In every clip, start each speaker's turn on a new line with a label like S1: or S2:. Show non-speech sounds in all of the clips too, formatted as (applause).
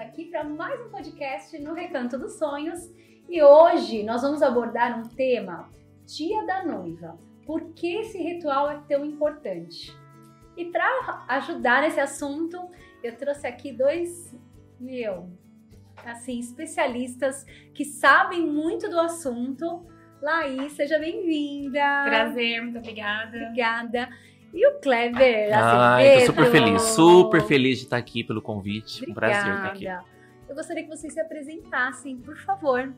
S1: aqui para mais um podcast no Recanto dos Sonhos e hoje nós vamos abordar um tema: Dia da Noiva. Por que esse ritual é tão importante? E para ajudar nesse assunto, eu trouxe aqui dois, meu, assim, especialistas que sabem muito do assunto. Laís, seja bem-vinda.
S2: Prazer, muito obrigada.
S1: Obrigada. E o assim, Clever,
S3: Ah,
S1: Azevedo.
S3: tô super feliz, super feliz de estar aqui pelo convite. Um prazer estar aqui.
S1: Obrigada. Eu gostaria que vocês se apresentassem, por favor.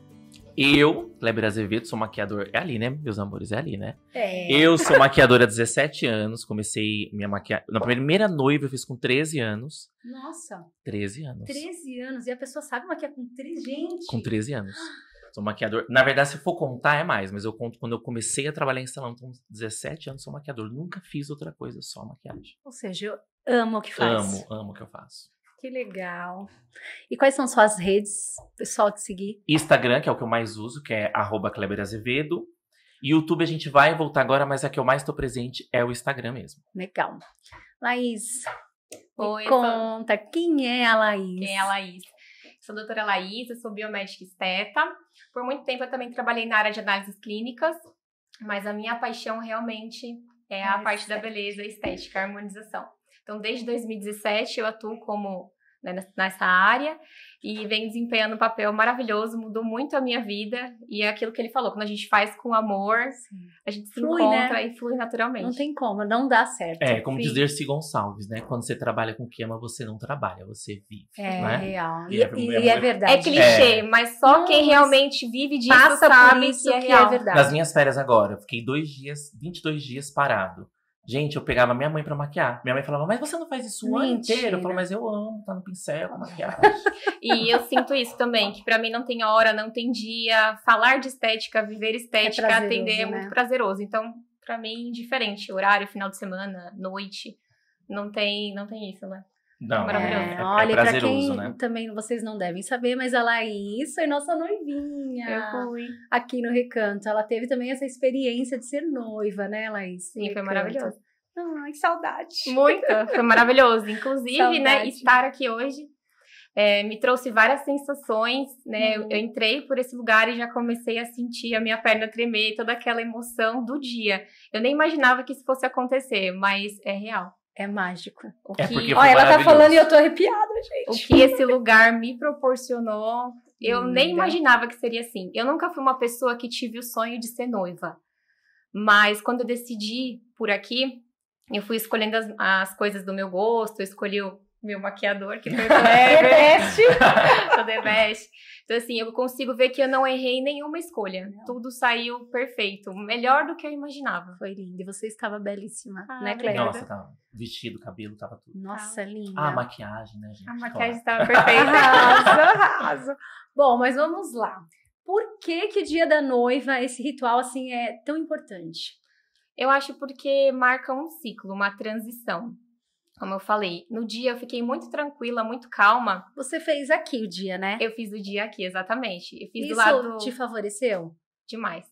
S3: Eu, Kleber Azevedo, sou maquiador. É ali, né, meus amores? É ali, né?
S1: É.
S3: Eu sou maquiadora há 17 anos. Comecei minha maquiagem. Na primeira noiva eu fiz com 13 anos.
S1: Nossa,
S3: 13 anos.
S1: 13 anos. E a pessoa sabe uma que é com 13 gente.
S3: Com 13 anos. Sou maquiador. Na verdade, se for contar, é mais, mas eu conto quando eu comecei a trabalhar em salão. Então, 17 anos sou maquiador. Nunca fiz outra coisa, só maquiagem.
S1: Ou seja, eu amo o que faz.
S3: Amo, amo o que eu faço.
S1: Que legal. E quais são suas redes, pessoal, de seguir?
S3: Instagram, que é o que eu mais uso, que é arroba Kleber Azevedo. E YouTube a gente vai voltar agora, mas a que eu mais tô presente é o Instagram mesmo.
S1: Legal. Laís, me
S2: Oi, eu sou,
S1: conta quem é a Laís?
S2: quem é a Laís? Sou a doutora Laís, eu sou biomédica esteta. Por muito tempo eu também trabalhei na área de análises clínicas, mas a minha paixão realmente é a
S1: É
S2: parte da beleza, estética, harmonização. Então, desde 2017 eu atuo como né, nes- nessa área e venho desempenhando um papel maravilhoso, mudou muito a minha vida e é aquilo que ele falou, quando a gente faz com amor, a gente se
S1: Flui, né?
S2: encontra e flui naturalmente.
S1: Não tem como, não dá certo.
S3: É, como diz
S2: Sim.
S3: Dercy Gonçalves, né? Quando você trabalha com o que ama, você não trabalha, você vive,
S1: É
S3: né?
S1: real.
S3: E
S1: E,
S3: é-
S1: e-
S3: é
S1: e é
S3: muito-
S1: verdade.
S2: É clichê,
S3: É.
S2: mas só
S1: Não,
S2: quem
S1: mas
S2: realmente vive disso
S1: Passa
S2: sabe
S1: por isso
S2: que é real.
S1: verdade.
S3: Nas minhas férias agora, eu fiquei dois dias, 22 dias parado. Gente, eu pegava minha mãe pra maquiar. Minha mãe falava, mas você não faz isso o ano
S1: Mentira.
S3: inteiro? Eu falo, mas eu amo, tá no pincel, com maquiagem.
S1: (laughs)
S2: E eu sinto isso também, que pra mim não tem hora, não tem dia. Falar de estética, viver estética,
S1: prazeroso,
S2: atender é muito
S1: né?
S2: prazeroso. Então, pra mim, diferente. Horário, final de semana, noite. Não tem, não tem isso, né?
S3: Não,
S2: Maravilhoso.
S3: é, é,
S1: olha,
S3: é
S1: pra
S3: prazeroso,
S1: quem
S3: né?
S1: também vocês não devem saber, mas a Laís foi nossa noivinha
S2: Eu fui.
S1: aqui no Recanto. Ela teve também essa experiência de ser noiva, né, Laís?
S2: Sim, foi
S1: Recanto.
S2: maravilhoso.
S1: Ai, que saudade.
S2: Muito, foi maravilhoso. Inclusive, né,
S1: Saudade.
S2: estar aqui hoje é, me trouxe várias sensações, né?
S1: Uhum.
S2: Eu, eu entrei por esse lugar e já comecei a sentir a minha perna tremer, toda aquela emoção do dia. Eu nem imaginava que isso fosse acontecer, mas é real.
S1: É mágico.
S2: O
S3: É
S2: que,
S3: porque foi
S1: Olha, ela tá
S3: maravilhoso.
S1: falando e eu tô arrepiada, gente. (laughs)
S2: o que esse lugar me proporcionou, eu nem
S1: Linda.
S2: imaginava que seria assim. Eu nunca fui uma pessoa que tive o sonho de ser noiva. Mas quando eu decidi por aqui, eu fui escolhendo as, as coisas do meu gosto, eu escolhi o meu maquiador, que (laughs)
S1: É
S2: foi o Kleber, o The Best. Então, assim, eu consigo ver que eu não errei nenhuma escolha.
S1: Não.
S2: Tudo saiu perfeito, melhor do que eu imaginava.
S1: Foi lindo. E você estava belíssima,
S2: Ah,
S1: né, Cleber?
S2: obrigada.
S3: Nossa, tava vestido, cabelo, tava tudo.
S1: Nossa, linda.
S3: Ah, maquiagem, né, gente?
S2: A
S3: Claro.
S2: maquiagem (laughs) estava perfeita.
S1: Arraso, arraso. Bom, mas vamos lá. Por que que o dia da noiva, esse ritual assim é tão importante?
S2: Eu acho porque marca um ciclo, uma transição. Como eu falei, no dia eu fiquei muito tranquila, muito calma.
S1: Você fez aqui o dia, né?
S2: Eu fiz o dia aqui, exatamente. Eu fiz
S1: Isso
S2: do lado
S1: te favoreceu?
S2: demais.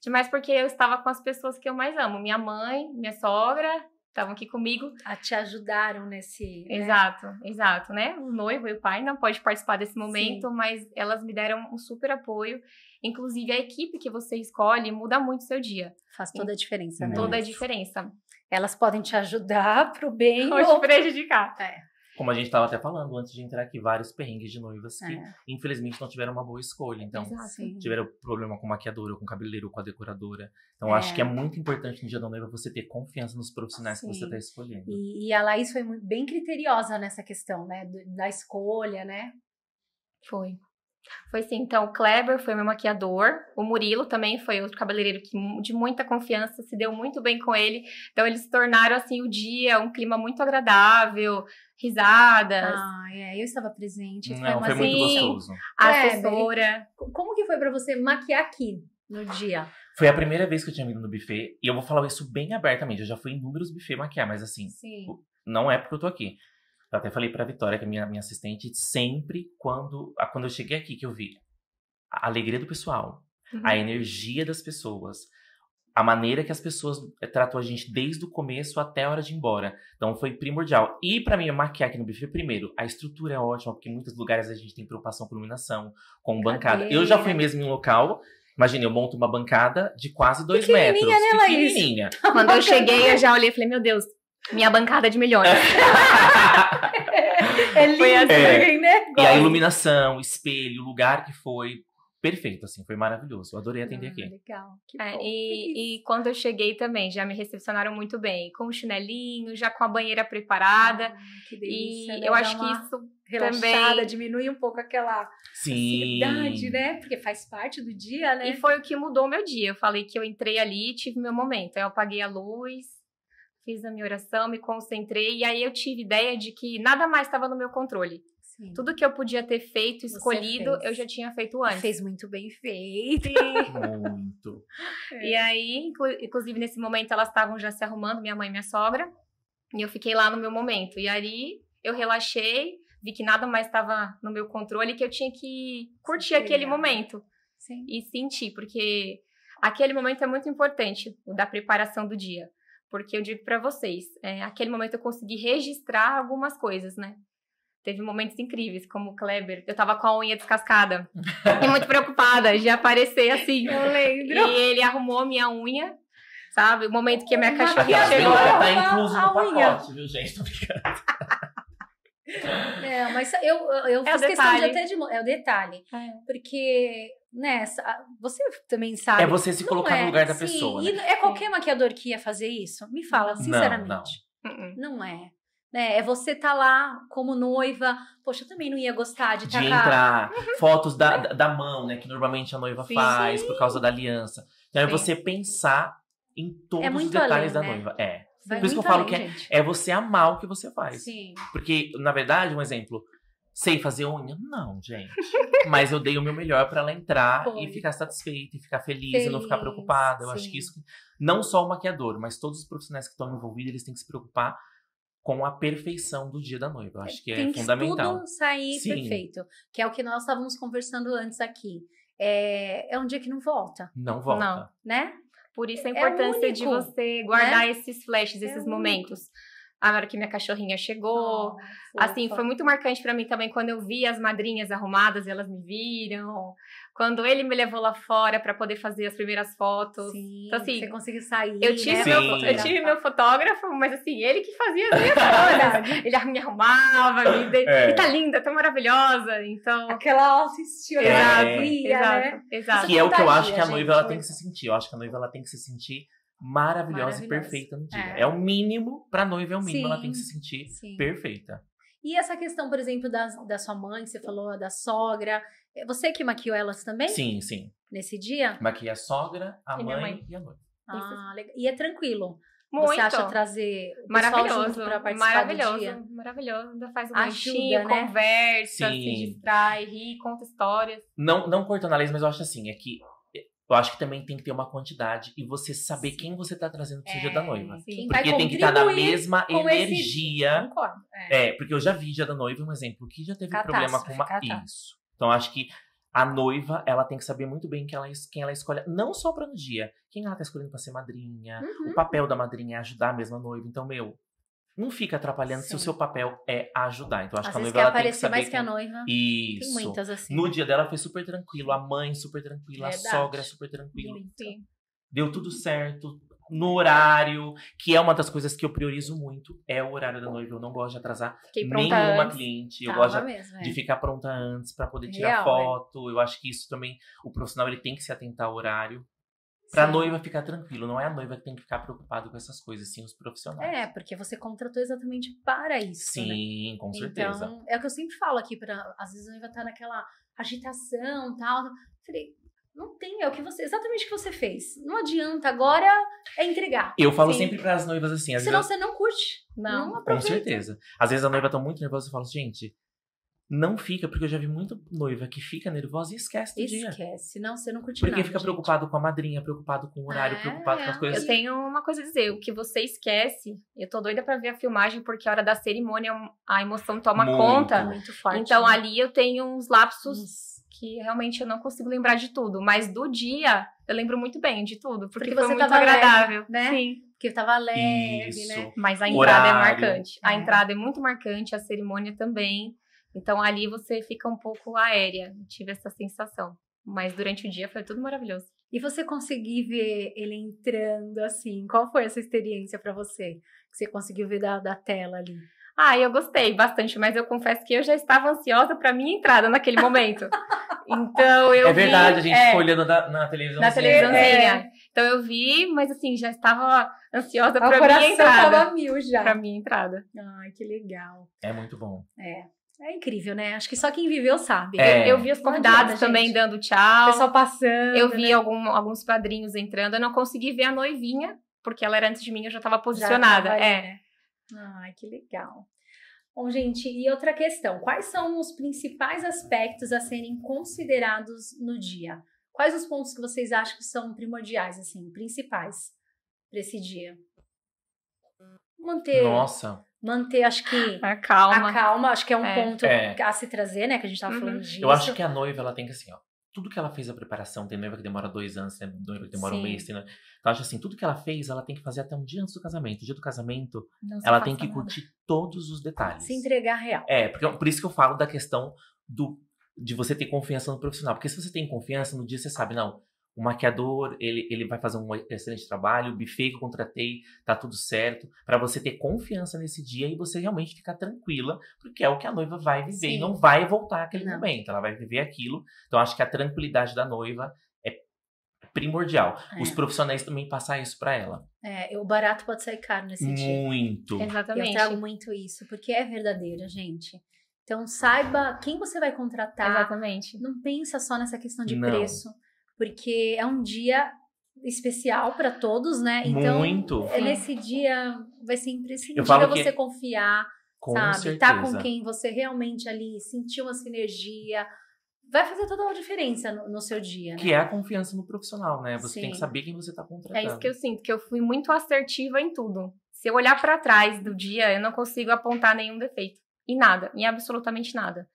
S2: Demais porque eu estava com as pessoas que eu mais amo. Minha mãe, minha sogra, estavam aqui comigo.
S1: Ah, te ajudaram nesse. né?
S2: Exato, exato, né? O noivo e o pai não pode participar desse momento, mas elas me deram um super apoio. Inclusive, a equipe que você escolhe muda muito o seu dia.
S1: Faz toda a diferença, né?
S2: Toda a diferença.
S1: Elas podem te ajudar (laughs) pro bem
S2: Pode
S1: ou...
S2: prejudicar.
S1: É.
S3: Como a gente estava até falando antes de entrar aqui, vários perrengues de noivas que,
S1: É, assim.
S3: infelizmente, não tiveram uma boa escolha. Então,
S2: Exato.
S1: sim.
S3: tiveram problema com o maquiador, ou com o cabeleireiro, ou com a decoradora. Então,
S1: É.
S3: eu acho que é muito importante no dia da noiva você ter confiança nos profissionais que você
S1: Sim.
S3: está escolhendo.
S1: E, e a Laís foi muito, bem criteriosa nessa questão, né? do- Da escolha, né?
S2: Foi. Foi sim. Então, o Kleber foi meu maquiador. O Murilo também foi outro cabeleireiro que, mu- de muita confiança, se deu muito bem com ele. Então, eles tornaram, assim, o dia um clima muito agradável, risadas,
S1: Ah, é. Eu estava presente. foi,
S3: Não,
S1: uma
S3: foi muito
S2: assim-
S3: gostoso.
S2: a
S1: Kleber.
S2: assessora.
S1: Como que foi pra você maquiar aqui no dia?
S3: Foi a primeira vez que eu tinha vindo no buffet, e eu vou falar isso bem abertamente. Eu já fui em inúmeros buffet maquiar, mas assim,
S1: Sim.
S3: não é porque eu tô aqui. Eu até falei pra Vitória, que é minha, minha assistente, sempre quando, a- quando eu cheguei aqui que eu vi a alegria do pessoal,
S2: Uhum.
S3: a energia das pessoas, a maneira que as pessoas eh, tratam a gente desde o começo até a hora de ir embora. Então foi primordial. E para mim, maquiar aqui no buffet, primeiro, a estrutura é ótima, porque em muitos lugares a gente tem preocupação com iluminação, com bancada. Eu já fui mesmo em um local. Imagina, eu monto uma bancada de quase dois metros.
S2: Pequenininha, né, Laís?
S3: pequenininha.
S2: Quando eu cheguei, eu já olhei e falei, meu Deus, minha bancada de milhões.
S1: É lindo,
S2: Foi assim.
S1: hein, né?
S3: E a iluminação, espelho, o lugar que foi perfeito, assim, foi maravilhoso. Eu adorei atender
S1: Ah,
S3: aqui.
S1: Legal. Que
S2: É,
S1: bom.
S2: e, e quando eu cheguei também, já me recepcionaram muito bem, com o chinelinho, já com a banheira preparada.
S1: Que
S2: e
S1: delícia, né?
S2: eu
S1: Dá
S2: acho
S1: uma
S2: que isso
S1: relaxada,
S2: também-
S1: diminui um pouco aquela
S3: Sim.
S1: ansiedade, né? Porque faz parte do dia, né?
S2: E foi o que mudou o meu dia. Eu falei que eu entrei ali, tive meu momento. Aí eu apaguei a luz, fiz a minha oração, me concentrei. E aí eu tive ideia de que nada mais estava no meu controle.
S1: Sim.
S2: Tudo que eu podia ter feito,
S1: Você
S2: escolhido,
S1: fez.
S2: eu já tinha feito antes.
S1: Fez muito bem feito.
S3: Muito.
S2: E aí, inclu- inclusive, nesse momento, elas estavam já se arrumando, minha mãe e minha sogra. E eu fiquei lá no meu momento. E aí, eu relaxei, vi que nada mais estava no meu controle, que eu tinha que
S1: Sim,
S2: curtir aquele
S1: é.
S2: momento
S1: Sim.
S2: e sentir, porque aquele momento é muito importante, o da preparação do dia. Porque eu digo para vocês, é, aquele momento eu consegui registrar algumas coisas, né? Teve momentos incríveis, como o Kleber. Eu tava com a unha descascada. e muito preocupada de aparecer assim.
S1: Eu lembro.
S2: E ele arrumou minha unha, sabe? O momento que a minha
S1: Uma
S2: cachorrinha
S3: Aquela
S1: E
S2: chegou.
S1: agora
S3: brinca tá
S1: arrumar
S3: incluso
S1: a
S3: no
S1: unha.
S3: pacote, viu, gente? Tô brincando.
S1: É, mas eu, eu- eu
S2: É
S1: fiz
S2: o
S1: questão de
S2: detalhe.
S1: até de. mo- É o detalhe.
S2: É.
S1: Porque, né, sa- você também sabe.
S3: É você se
S1: não
S3: colocar
S1: é,
S3: no lugar da
S1: sim,
S3: pessoa,
S1: e
S3: né?
S1: É qualquer maquiador que ia fazer isso? Me fala, sinceramente.
S2: Uhum.
S1: Não, é. Né, é você tá lá como noiva. Poxa, eu também não ia gostar de
S3: De
S1: estar
S3: entrar,
S1: (laughs)
S3: fotos da, da- da mão, né? Que normalmente a noiva
S2: Sim.
S3: faz por causa da aliança. Então é
S2: Sim.
S3: você pensar em todos
S1: É
S3: os
S1: muito
S3: detalhes
S1: além,
S3: da
S1: né?
S3: noiva. É.
S1: Vai
S3: Por isso que
S1: muito
S3: eu falo
S1: além,
S3: que
S1: gente.
S3: É você amar o que você faz.
S1: Sim.
S3: Porque, na verdade, um exemplo. Sei fazer unha? Não,
S1: (laughs)
S3: gente. Mas eu dei o meu melhor pra ela entrar
S1: Foi.
S3: e ficar satisfeita, e ficar feliz, e não
S1: Feliz,
S3: ficar preocupada. Eu acho
S1: sim.
S3: que isso. Não só o maquiador, mas todos os profissionais que estão envolvidos, eles têm que se preocupar com a perfeição do dia da noiva. Eu acho que
S1: Tem
S3: é fundamental.
S1: tudo sair
S3: Sim.
S1: perfeito. Que é o que nós estávamos conversando antes aqui. É, é um dia que não volta,
S3: Não volta.
S2: Não.
S1: né?
S2: Por isso a
S1: É
S2: importância de
S1: único, né?
S2: você guardar esses flashes,
S1: É
S2: esses
S1: único.
S2: momentos. A hora que minha cachorrinha chegou.
S1: Ah,
S2: assim,
S1: fofa.
S2: foi muito marcante pra mim também quando eu vi as madrinhas arrumadas, elas me viram. Quando ele me levou lá fora pra poder fazer as primeiras fotos.
S1: Sim,
S2: Então, assim,
S1: você conseguiu sair.
S2: Eu tive,
S1: né,
S3: Sim.
S2: meu,
S1: pra
S2: eu
S1: fotografar.
S2: tive meu fotógrafo, mas assim, ele que fazia as
S1: (laughs)
S2: minhas coisas. Ele me arrumava, me de...
S3: É.
S2: e tá linda, tá maravilhosa. Então,
S1: Aquela autoestima, aquela
S3: Exato,
S1: alegria, né?
S2: exato, exato.
S3: Que é o que eu
S1: Contagia,
S3: acho que a noiva
S1: gente.
S3: ela tem que se sentir. Eu acho que a noiva ela tem que se sentir maravilhosa,
S1: Maravilhosa.
S3: e perfeita no dia.
S1: É.
S3: É, o mínimo, pra noiva é o mínimo, ela tem que
S1: Sim.
S3: se sentir
S1: Sim.
S3: perfeita.
S1: E essa questão, por exemplo, da, da sua mãe, que você falou, da sogra. É Você que maquiou elas também
S3: Sim, sim.
S1: nesse dia?
S3: Maquia a sogra, a
S2: E minha
S3: mãe,
S2: mãe.
S3: e a noiva.
S1: Ah, legal. E é tranquilo.
S2: Muito.
S1: Você acha trazer o pessoal junto
S2: maravilhoso,
S1: pra participar do dia?
S2: maravilhoso, maravilhoso. Ainda faz um
S1: Ajuda,
S2: lanchinho,
S1: né?
S2: conversa,
S3: Sim.
S2: se distrai, ri, conta histórias.
S3: Não, não cortando a lei, mas eu acho assim, é que eu acho que também tem que ter uma quantidade e você saber quem você tá trazendo pro seu dia da noiva.
S1: Quem É. vai
S3: Porque tem que estar na
S1: contribuir
S3: mesma
S1: com esse-
S3: energia.
S1: Concordo. É.
S3: É, porque eu já vi dia da noiva, um exemplo, que já teve
S1: Catástrofe,
S3: problema com uma.
S1: catástrofe.
S3: Isso. Então acho que a noiva, ela tem que saber muito bem quem ela, es- quem ela escolhe, não só pra no dia, quem ela tá escolhendo pra ser madrinha.
S1: Uhum.
S3: O papel da madrinha é ajudar mesmo a noiva. Então, meu, não fica atrapalhando se o
S1: Sim.
S3: seu papel é ajudar. Então acho
S1: Às
S3: que a
S1: vezes
S3: noiva
S1: quer
S3: ela tem que
S1: aparecer
S3: saber
S1: mais que a
S3: quem-
S1: noiva.
S3: Isso.
S1: Tem muitas assim.
S3: No dia dela foi super tranquilo, a mãe super tranquila,
S1: Verdade.
S3: a sogra super tranquila.
S2: Sim.
S3: Deu tudo certo, no horário, que é uma das coisas que eu priorizo muito, é o horário da noiva. Eu não gosto de atrasar
S2: Fiquei pronta
S3: nenhuma
S2: antes.
S3: cliente. Eu
S1: Tava
S3: gosto de-
S1: mesmo, é.
S3: de ficar pronta antes pra poder tirar
S1: Real, né?
S3: foto. Eu acho que isso também, o profissional ele tem que se atentar ao horário. Pra
S1: Sim.
S3: noiva ficar tranquilo, não é a noiva que tem que ficar preocupada com essas coisas, sim os profissionais.
S1: É, porque você contratou exatamente para isso. né?
S3: Sim, com certeza.
S1: Então, é o que eu sempre falo aqui, pra, às vezes a noiva tá naquela agitação tal. Falei, não tem, é o que você. Exatamente o que você fez. Não adianta, agora é entregar.
S3: eu falo
S2: sim.
S3: sempre para as noivas assim, às vezes
S1: Senão você não curte. Não,
S2: Não.
S3: Com
S1: aproveita.
S3: certeza. Às vezes a noiva tá muito nervosa e fala, gente, não fica, porque eu já vi muita noiva que fica nervosa e esquece do dia.
S1: Esquece, não, você não curte
S3: Porque
S1: nada,
S3: fica
S1: gente.
S3: preocupado com a madrinha, preocupado com o horário,
S1: É,
S3: preocupado com as
S1: é.
S3: coisas.
S2: Eu tenho uma coisa a dizer, o que você esquece, eu tô doida pra ver a filmagem, porque a hora da cerimônia a emoção toma
S3: Muito.
S2: conta.
S1: Tá Muito forte.
S2: Então
S1: né?
S2: ali eu tenho uns lapsos
S1: Nossa,
S2: que que realmente eu não consigo lembrar de tudo, mas do dia eu lembro muito bem de tudo, porque,
S1: Porque
S2: foi
S1: você
S2: muito
S1: tava leve,
S2: agradável.
S1: né?
S2: Sim.
S1: Porque eu tava É leve,
S3: Isso.
S1: né?
S2: Mas a
S3: O
S2: entrada é
S3: horário.
S2: marcante. A
S1: É.
S2: entrada é muito marcante, a cerimônia também. Então ali você fica um pouco aérea. Tive essa sensação. Mas durante o dia foi tudo maravilhoso.
S1: E você conseguir ver ele entrando assim? Qual foi essa experiência pra você? Que você conseguiu ver da, da tela ali?
S2: Ah, eu gostei bastante, mas eu confesso que eu já estava ansiosa para minha entrada naquele
S1: (laughs)
S2: momento. Então eu
S3: é verdade,
S2: vi,
S3: a gente
S2: é,
S3: ficou olhando da- na televisão. assim, né?
S2: na televisãozinha.
S1: É.
S2: Então eu vi, mas assim, já estava ansiosa
S1: Ah, o
S2: para minha
S1: coração
S2: entrada.
S1: então, tava mil já.
S2: Para minha entrada.
S1: Ai, que legal.
S3: É muito bom.
S1: É. É incrível, né? Acho que só quem viveu sabe.
S3: É.
S2: Eu vi os
S1: Não
S2: convidados
S1: adianta,
S2: também
S1: gente.
S2: dando
S1: O
S2: tchau.
S1: pessoal tá né? passando.
S2: eu vi algum- alguns padrinhos entrando. Eu não consegui ver a noivinha, porque ela era antes de mim, eu já estava
S1: Já
S2: posicionada.
S1: tava ali,
S2: é.
S1: né? Ai, que legal. Bom, gente, e outra questão: quais são os principais aspectos a serem considerados no dia? Quais os pontos que vocês acham que são primordiais, assim, principais para esse dia? Manter,
S3: Nossa,
S1: manter, acho que
S2: A É, Ah, calma.
S1: a calma, acho que é um
S2: É.
S1: ponto
S3: É.
S1: a se trazer, né? Que a gente tava
S2: Uhum.
S1: falando disso.
S3: eu acho que a noiva, ela tem que assim, ó. Tudo que ela fez a preparação, tem noiva que demora dois anos, tem noiva que demora
S1: Sim.
S3: um mês, tem noiva... Então, eu acho assim, tudo que ela fez, ela tem que fazer até um dia antes do casamento. O dia do casamento,
S2: Não se
S3: ela
S2: faça
S3: tem que
S2: nada.
S3: curtir todos os detalhes.
S1: se entregar real.
S3: É, porque, por isso que eu falo da questão do, de você ter confiança no profissional. Porque se você tem confiança, no dia você sabe, não, o maquiador, ele, ele vai fazer um excelente trabalho, o buffet que eu contratei, tá tudo certo. Pra você ter confiança nesse dia e você realmente ficar tranquila, porque é o que a noiva vai viver.
S1: Sim.
S3: E não vai voltar aquele
S1: Não.
S3: momento, ela vai viver aquilo. Então, acho que a tranquilidade da noiva é primordial. Os
S1: É.
S3: profissionais também passar isso pra ela.
S1: É, o barato pode sair caro nesse
S3: Hum.
S1: dia.
S3: Muito.
S2: Exatamente.
S1: Eu trago muito isso, porque é verdadeiro, gente. Então saiba quem você vai contratar.
S2: Exatamente.
S1: Não pensa só nessa questão de
S3: Não.
S1: preço, porque é um dia especial para todos, né? Então
S3: muito.
S1: é nesse dia vai ser imprescindível
S3: Eu falo que-
S1: você confiar,
S3: Com
S1: sabe?
S3: certeza.
S1: Tá com quem você realmente ali sentiu uma sinergia. Vai fazer toda a diferença no, no seu dia, né?
S3: Que é a confiança no profissional, né? Você tem que
S1: Sim.
S3: saber quem você tá contratando.
S2: É isso que eu sinto, que eu fui muito assertiva em tudo. Se eu olhar pra trás do dia, eu não consigo apontar nenhum defeito. Em nada, em absolutamente nada.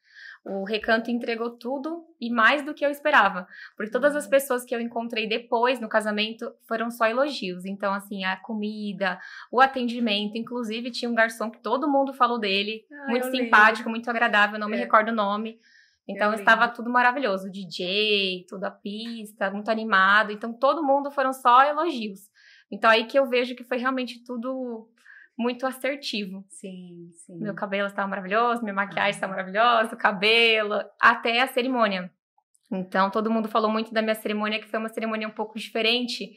S2: O recanto entregou tudo e mais do que eu esperava. Porque todas as pessoas que eu encontrei depois no casamento foram só elogios. Então, assim, a comida, o atendimento. Inclusive, tinha um garçom que todo mundo falou dele.
S1: Ah,
S2: muito
S1: eu lembro.
S2: simpático, muito agradável, não me
S1: É.
S2: recordo o nome. Então
S1: Eu
S2: estava tudo maravilhoso, o DJ, toda a pista, muito animado. Então todo mundo foram só elogios. Então aí que eu vejo que foi realmente tudo muito assertivo.
S1: Sim, sim.
S2: Meu cabelo estava maravilhoso, minha maquiagem estava maravilhosa, o cabelo, até a cerimônia. Então todo mundo falou muito da minha cerimônia, que foi uma cerimônia um pouco diferente,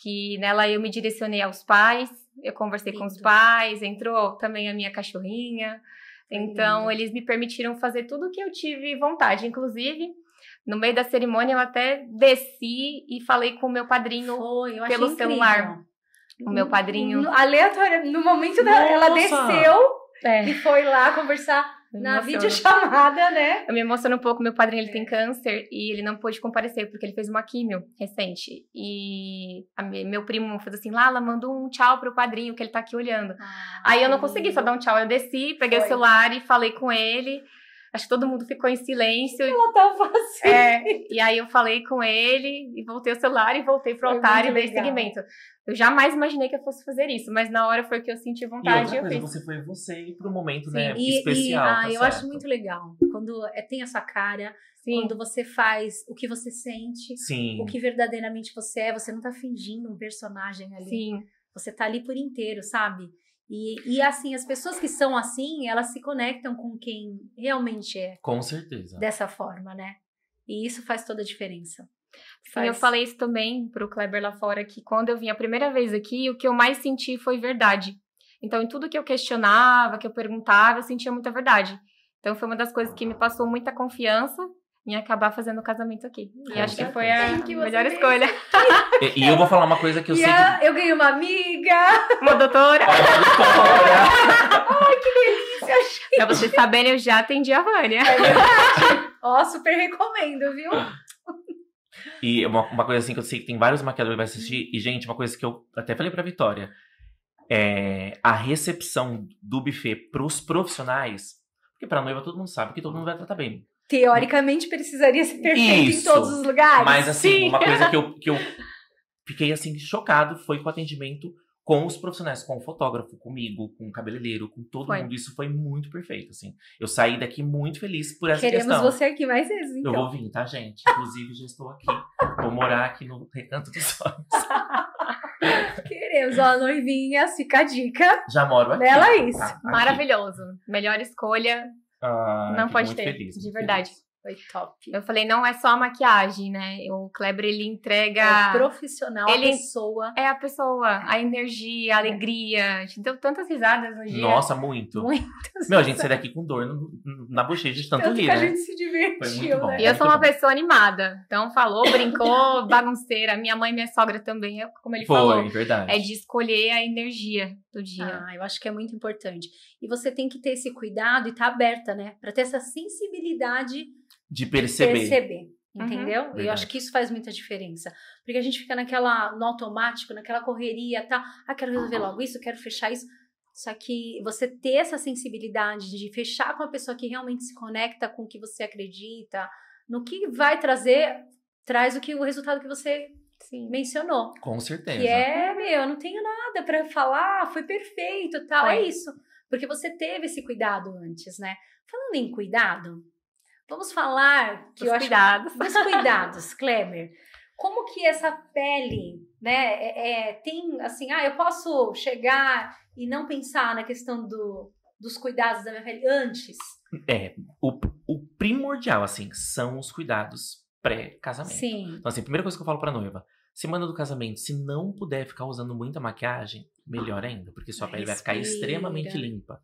S2: que nela eu me direcionei aos pais, eu conversei com os
S1: Lindo.
S2: pais, entrou também a minha cachorrinha.
S1: Que
S2: Então
S1: lindo.
S2: eles me permitiram fazer tudo o que eu tive vontade, inclusive no meio da cerimônia eu até desci e falei com o meu padrinho,
S1: Foi, eu achei
S2: pelo
S1: incrível.
S2: celular. o
S1: Uhum.
S2: meu padrinho.
S1: No- Aleatório, no momento da, ela
S3: Nossa!
S1: desceu
S2: É,
S1: e foi lá conversar
S2: me
S1: na É.
S2: emocionou.
S1: videochamada, né?
S2: Eu me emociono um pouco, meu padrinho ele tem câncer e ele não pôde comparecer porque ele fez uma químio recente. E a me- meu primo fez assim, Lala, manda um tchau pro padrinho que ele tá aqui olhando.
S1: Ah.
S2: Aí eu não consegui só dar um tchau, eu desci, peguei
S1: Foi.
S2: o celular e falei com ele. Acho que todo mundo ficou em silêncio.
S1: Ela tava assim. (laughs)
S2: É, e aí eu falei com ele e voltei o celular e voltei pro
S1: Foi
S2: altar e
S1: muito
S2: dei
S1: legal.
S2: seguimento. Eu jamais imaginei que eu fosse fazer isso, mas na hora foi que eu senti
S3: E
S2: vontade e,
S3: outra
S2: eu
S3: coisa,
S2: fiz.
S3: você foi você e pro momento,
S2: Sim,
S3: né,
S1: É, E, e
S3: especial.
S1: ah,
S3: tá
S1: eu
S3: certo.
S1: acho muito legal quando é, tem a sua cara,
S2: Sim.
S1: quando você faz o que você sente,
S3: Sim.
S1: o que verdadeiramente você é, você não tá fingindo um personagem ali.
S2: Sim,
S1: Você tá ali por inteiro, sabe? E, e assim, as pessoas que são assim, elas se conectam com quem realmente é
S3: Com
S1: (laughs)
S3: certeza.
S1: dessa forma, né? E isso faz toda a diferença.
S2: Sim, eu
S1: Faz.
S2: falei isso também pro Kleber lá fora, que quando eu vim a primeira vez aqui, o que eu mais senti foi verdade. Então, em tudo que eu questionava, que eu perguntava, eu sentia muita verdade. Então, foi uma das coisas que me passou muita confiança em acabar fazendo o casamento aqui.
S3: Com
S2: E acho que
S3: certeza.
S2: foi a
S1: Sim, que você
S2: melhor
S1: fez.
S2: escolha. (laughs)
S3: E, e eu vou falar uma coisa que eu
S1: E
S3: sei que...
S1: a- eu ganhei uma amiga. (laughs)
S2: Uma doutora.
S3: Olha,
S2: pra vocês saberem, eu já atendi a Vânia.
S1: Ó, super recomendo, viu?
S3: (laughs) e uma, uma coisa assim que eu sei que tem vários maquiadores que vai assistir. E, gente, uma coisa que eu até falei pra Vitória. É, a recepção do buffet pros profissionais... Porque pra noiva todo mundo sabe que todo mundo vai tratar bem.
S1: Teoricamente precisaria ser perfeito
S3: Isso.
S1: em todos os lugares.
S3: Mas assim,
S1: Sim.
S3: uma coisa que eu, que eu fiquei assim chocado foi com o atendimento com os profissionais, com o fotógrafo, comigo, com o cabeleireiro, com todo
S2: Foi.
S3: mundo. Isso foi muito perfeito, assim. Eu saí daqui muito feliz por é essa
S1: Queremos
S3: questão.
S1: você aqui mais vezes,
S3: Eu
S1: então.
S3: vou vir, tá, gente? Inclusive, já estou aqui. Vou morar aqui no Recanto do Sol. (laughs)
S1: Queremos, ó, noivinhas, fica a dica.
S3: Já moro aqui.
S1: Né, Laís?
S3: tá? Aqui.
S2: Maravilhoso. Melhor escolha.
S3: Ah,
S2: não
S3: fico
S2: pode
S3: muito
S2: ter.
S3: feliz,
S2: de
S3: muito
S2: verdade.
S1: Foi top.
S2: Eu falei, não é só a maquiagem, né? O Kleber, ele
S1: É o
S2: entrega.
S1: profissional,
S2: Ele-
S1: a pessoa.
S2: É a pessoa, a energia, a alegria. A gente deu tantas risadas no
S3: feliz.
S2: Um dia.
S3: Nossa, muito.
S1: Muitas
S3: Meu, a gente sai daqui com dor no- na bochecha de tanto,
S1: Tanto
S3: rir,
S1: que a
S3: né?
S1: gente se divertiu,
S3: Foi muito bom.
S1: né?
S2: E eu sou uma
S3: é Muito bom.
S2: pessoa animada. Então falou,
S1: (laughs)
S2: brincou, bagunceira. Minha mãe e minha sogra também, é como ele
S3: Foi,
S2: falou.
S3: verdade.
S2: É de escolher a energia do dia.
S1: Ah, eu acho que é muito importante. E você tem que ter esse cuidado e estar aberta, né? Pra ter essa sensibilidade
S3: De
S1: perceber.
S3: perceber.
S1: entendeu? E eu
S3: Verdade.
S1: acho que isso faz muita diferença. Porque a gente fica naquela, no automático, naquela correria, tá? Ah, quero resolver logo isso, quero fechar isso. Só que você ter essa sensibilidade de fechar com a pessoa que realmente se conecta com o que você acredita, no que vai trazer, traz o que o resultado que você
S2: Sim.
S1: mencionou.
S3: Com certeza.
S1: Que é, meu, eu não tenho nada pra falar, foi perfeito, tal.
S2: Foi.
S1: É isso. Porque você teve esse cuidado antes, né? Falando em cuidado, vamos falar que
S2: Os
S1: eu acho
S2: cuidados.
S1: dos cuidados, (laughs) Kleber. Como que essa pele, né, é- é, tem assim, ah, eu posso chegar e não pensar na questão do, dos cuidados da minha pele antes?
S3: É, o, o primordial, assim, são os cuidados pré-casamento.
S1: Sim.
S3: Então, assim, a primeira coisa que eu falo pra noiva, semana do casamento, se não puder ficar usando muita maquiagem, melhor ainda, porque sua pele vai ficar
S1: Ah, Respira.
S3: extremamente limpa.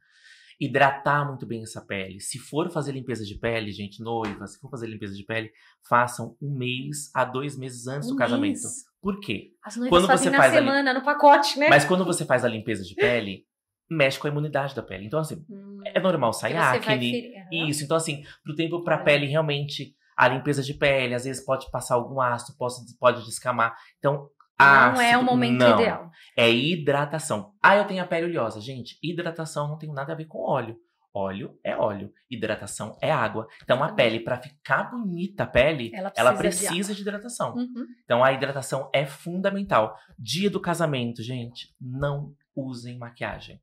S3: Hidratar muito bem essa pele. Se for fazer limpeza de pele, gente, noiva, se for fazer limpeza de pele, façam um mês a dois meses antes do
S1: Um
S3: casamento.
S1: mês.
S3: Por quê?
S1: As noivas
S3: Quando
S1: fazem
S3: você
S1: na
S3: faz a li-
S1: semana, no pacote, né?
S3: Mas quando você faz a limpeza de pele, mexe com a imunidade da pele. Então, assim,
S1: Hum,
S3: é normal sair
S1: que você vai
S3: acne,
S1: ferir. Aham.
S3: Isso, então assim, pro tempo pra
S1: É.
S3: pele realmente, a limpeza de pele, às vezes pode passar algum ácido, pode, pode descamar. Então,
S1: Não é
S3: ácido,
S1: o momento
S3: não.
S1: ideal.
S3: É hidratação. Ah, eu tenho a pele oleosa. Gente, hidratação não tem nada a ver com óleo. Óleo é óleo, hidratação é água. Então a
S1: Exatamente.
S3: pele, pra ficar bonita a pele,
S1: Ela precisa,
S3: ela precisa de hidratação.
S1: de água. Uhum.
S3: Então a hidratação é fundamental. Dia do casamento, gente, não usem maquiagem.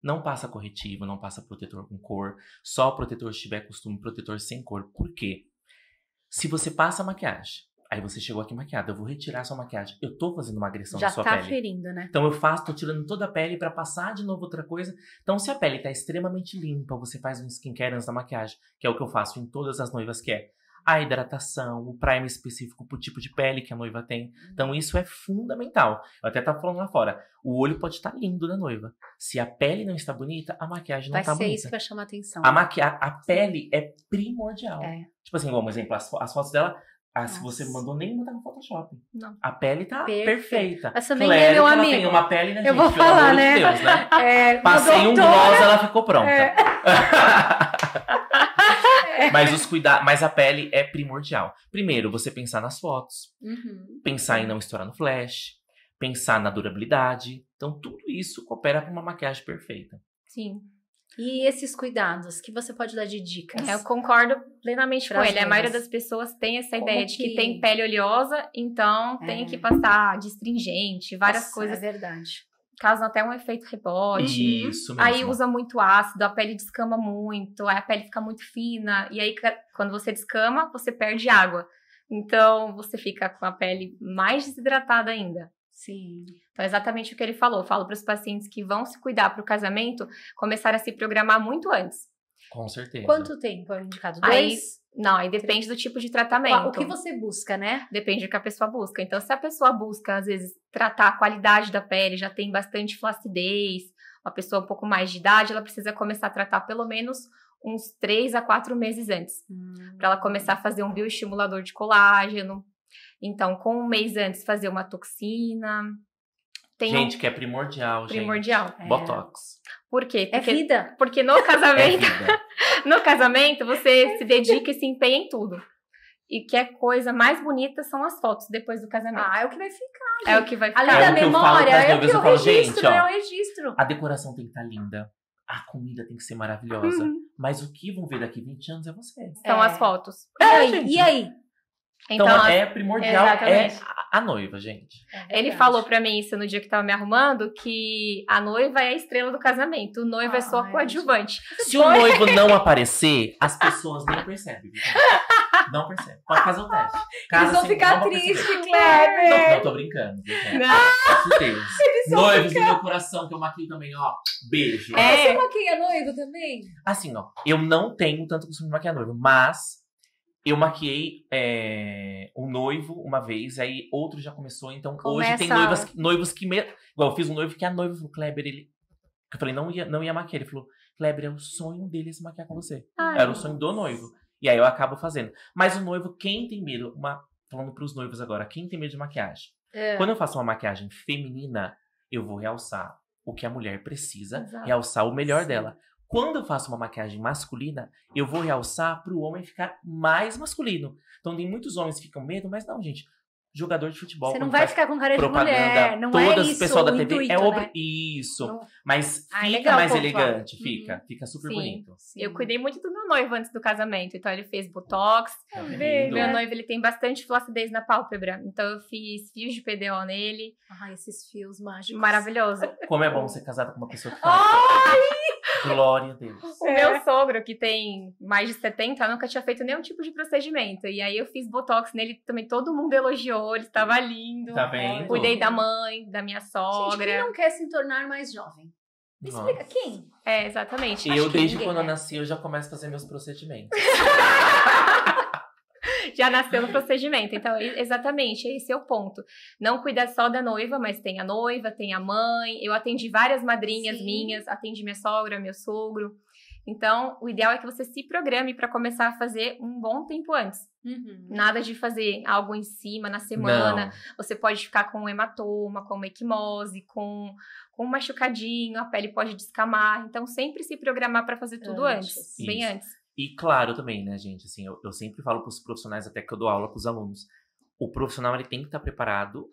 S3: Não passa corretivo, não passa protetor com cor. Só protetor se tiver costume, protetor sem cor. Por quê? Se você passa maquiagem, aí você chegou aqui maquiada, eu vou retirar sua maquiagem. Eu tô fazendo uma agressão
S1: Já
S3: na sua
S1: tá
S3: pele.
S1: ferindo, né?
S3: Então eu faço, tô tirando toda a pele pra passar de novo outra coisa. Então se a pele tá extremamente limpa, você faz um skincare antes da maquiagem, que é o que eu faço em todas as noivas, que é a hidratação, o primer específico pro tipo de pele que a noiva tem. Então isso é fundamental. Eu até tava falando lá fora, o olho pode estar lindo da noiva. Se a pele não está bonita, a maquiagem não
S1: Vai
S3: tá
S1: ser
S3: bonita.
S1: isso que vai chamar atenção.
S3: A maquia a pele é primordial.
S2: (laughs)
S1: É.
S3: Tipo assim, como exemplo, as, fo- as fotos dela, as
S1: Nossa.
S3: você mandou nem botar no Photoshop.
S2: Não.
S3: A pele tá
S1: Perfeita.
S3: perfeita.
S1: Mas também
S3: Claro
S1: é meu
S3: que ela
S1: amigo.
S3: tem uma pele, né,
S1: Eu
S3: gente?
S1: vou
S3: Pelo
S1: falar,
S3: amor de
S1: né? (laughs)
S3: Deus, né?
S1: É, uma
S3: (laughs) Passei um
S1: doutora-
S3: gloss, ela ficou pronta.
S1: É.
S3: (laughs) mas os cuida... mas a pele é primordial. Primeiro, você pensar nas fotos,
S1: Uhum.
S3: pensar em não estourar no flash, pensar na durabilidade. Então, tudo isso coopera para uma maquiagem perfeita.
S2: Sim.
S1: E esses cuidados que você pode dar de dicas?
S2: É, Eu concordo plenamente
S1: Pras
S2: com ele. A maioria
S1: noivas.
S2: das pessoas tem essa
S1: Como
S2: ideia de que
S1: que-
S2: tem pele oleosa, então
S1: É.
S2: tem que passar destringente, várias
S1: Nossa,
S2: coisas
S1: É verdade.
S2: causam até um efeito rebote.
S3: Isso mesmo.
S2: Aí usa muito ácido, a pele descama muito, aí a pele fica muito fina, e aí ca- quando você descama, você perde água. Então você fica com a pele mais desidratada ainda.
S1: Sim.
S2: Então, é exatamente o que ele falou. Eu falo para os pacientes que vão se cuidar para o casamento começar a se programar muito antes.
S3: Com certeza.
S1: Quanto tempo é indicado?
S2: Aí,
S1: Dois?
S2: Não, aí depende do tipo de tratamento.
S1: o que você busca, né?
S2: Depende do que a pessoa busca. Então, se a pessoa busca, às vezes, tratar a qualidade da pele, já tem bastante flacidez, uma pessoa um pouco mais de idade, ela precisa começar a tratar pelo menos uns 3 a 4 meses antes, para Hum. ela começar a fazer um bioestimulador de colágeno. Então, com um mês antes, fazer uma toxina. Tem
S3: Gente, que é primordial,
S2: um
S3: gente.
S2: primordial.
S1: É.
S3: Botox.
S2: Por quê?
S1: É
S2: Porque,
S1: vida.
S2: porque no
S3: É
S2: casamento,
S3: vida.
S2: no casamento,
S1: É
S2: você se dedica e se empenha em tudo. E que a coisa mais bonita são as fotos depois do casamento.
S1: Ah, é o que vai ficar.
S2: É o que vai ficar.
S1: Além
S3: É
S1: da
S3: o que eu falo
S1: memória,
S3: pras
S1: é o
S3: noivas,
S1: que
S3: eu
S1: eu
S3: falo,
S1: registro,
S3: gente, ó.
S1: é o registro.
S3: A decoração tem que estar linda. a comida tem que ser maravilhosa.
S2: Uhum.
S3: Mas o que vão ver daqui 20 anos é você.
S2: São
S1: É.
S2: as fotos.
S1: E aí?
S3: gente.
S1: E aí?
S3: Então,
S2: Então, as-
S3: é primordial, é
S2: exatamente.
S3: a- a noiva, gente.
S2: ele falou pra mim isso no dia que tava me arrumando, que a noiva é a estrela do casamento, o noivo é só
S1: Ai,
S2: coadjuvante.
S3: Se o noivo não aparecer, as pessoas não percebem. viu, gente? Não percebem. Pode fazer o teste. Casa
S1: Eles vão
S3: sem-
S1: ficar
S3: não vão perceber.
S1: tristes,
S3: Não,
S1: Kleber.
S3: não, tô brincando. viu, gente?
S2: Não.
S3: Graças a Deus.
S1: são
S3: Noivos do meu coração, que eu maquio também, ó. Beijo.
S2: É.
S1: Você maquia noivo também?
S3: Assim, ó. Eu não tenho tanto costume de maquiar noivo, mas eu maquiei é, o noivo uma vez, aí outro já começou. Então hoje tem
S2: Começa-
S3: noivas, noivos que. Me... Igual, eu fiz um noivo que a noiva falou, Kleber, ele. Eu falei, não ia, não ia maquiar. Ele falou, Kleber, é o sonho dele se maquiar com você.
S1: Ah,
S2: Ai,
S3: Ah,
S1: é.
S3: Era o sonho do noivo. E aí eu acabo fazendo. Mas o noivo, quem tem medo, uma, falando pros noivos agora, quem tem medo de maquiagem?
S1: É.
S3: Quando eu faço uma maquiagem feminina, eu vou realçar o que a mulher precisa,
S2: Exato.
S3: realçar o melhor
S2: Sim.
S3: dela. Quando eu faço uma maquiagem masculina, eu vou realçar pro homem ficar mais masculino. Então tem muitos homens que ficam medo, mas não, gente. Jogador de futebol,
S1: Você não
S3: quando
S1: vai
S3: faz
S1: ficar com cara de
S3: propaganda,
S1: mulher. Não é
S3: todas
S1: isso.
S3: as pessoas da
S1: o
S3: TV
S1: intuito,
S3: é obri...
S1: né?
S3: isso.
S1: Não-
S3: Mas
S2: Ah, é
S3: fica
S2: legal
S3: mais
S2: pontuar.
S3: elegante, fica,
S1: Uhum.
S3: fica super
S2: Sim.
S3: bonito.
S2: Eu cuidei muito do meu noivo antes do casamento, então ele fez botox.
S3: Tá
S1: Bem,
S3: vendo?
S2: Meu
S1: né?
S2: noivo ele tem bastante flacidez na pálpebra, então eu fiz fios de PDO nele,
S1: Ai, esses fios mágicos. (laughs)
S2: maravilhoso.
S3: Como é bom ser casado com uma pessoa que faz.
S1: Ai!
S3: Glória a Deus.
S2: O
S1: É.
S2: meu sogro, que tem mais de 70, nunca tinha feito nenhum tipo de procedimento. E aí eu fiz botox nele também, todo mundo elogiou, ele estava lindo.
S1: é,
S3: Tá vendo?
S2: Cuidei da mãe, da minha
S1: Gente, quem
S2: sogra.
S1: não quer se tornar mais jovem? Me Explica, quem?
S2: É, exatamente.
S3: Eu,
S1: que
S3: desde
S1: ninguém
S3: quando eu
S1: é.
S3: nasci, eu já começo a fazer meus procedimentos.
S2: Já nasceu no procedimento. Então, e- exatamente, esse é o ponto. Não cuidar só da noiva, mas tem a noiva, tem a mãe. Eu atendi várias madrinhas
S1: Sim.
S2: minhas, atendi minha sogra, meu sogro. Então, o ideal é que você se programe para começar a fazer um bom tempo antes.
S1: Uhum.
S2: Nada de fazer algo em cima na semana. Você pode ficar com um hematoma, com uma equimose, com, com um machucadinho, a pele pode descamar. Então, sempre se programar para fazer tudo antes,
S1: Antes.
S2: bem
S3: Isso.
S2: antes.
S3: E claro também, né, gente? Assim, eu, eu sempre falo pros profissionais, até que eu dou aula pros alunos. O profissional, ele tem que estar preparado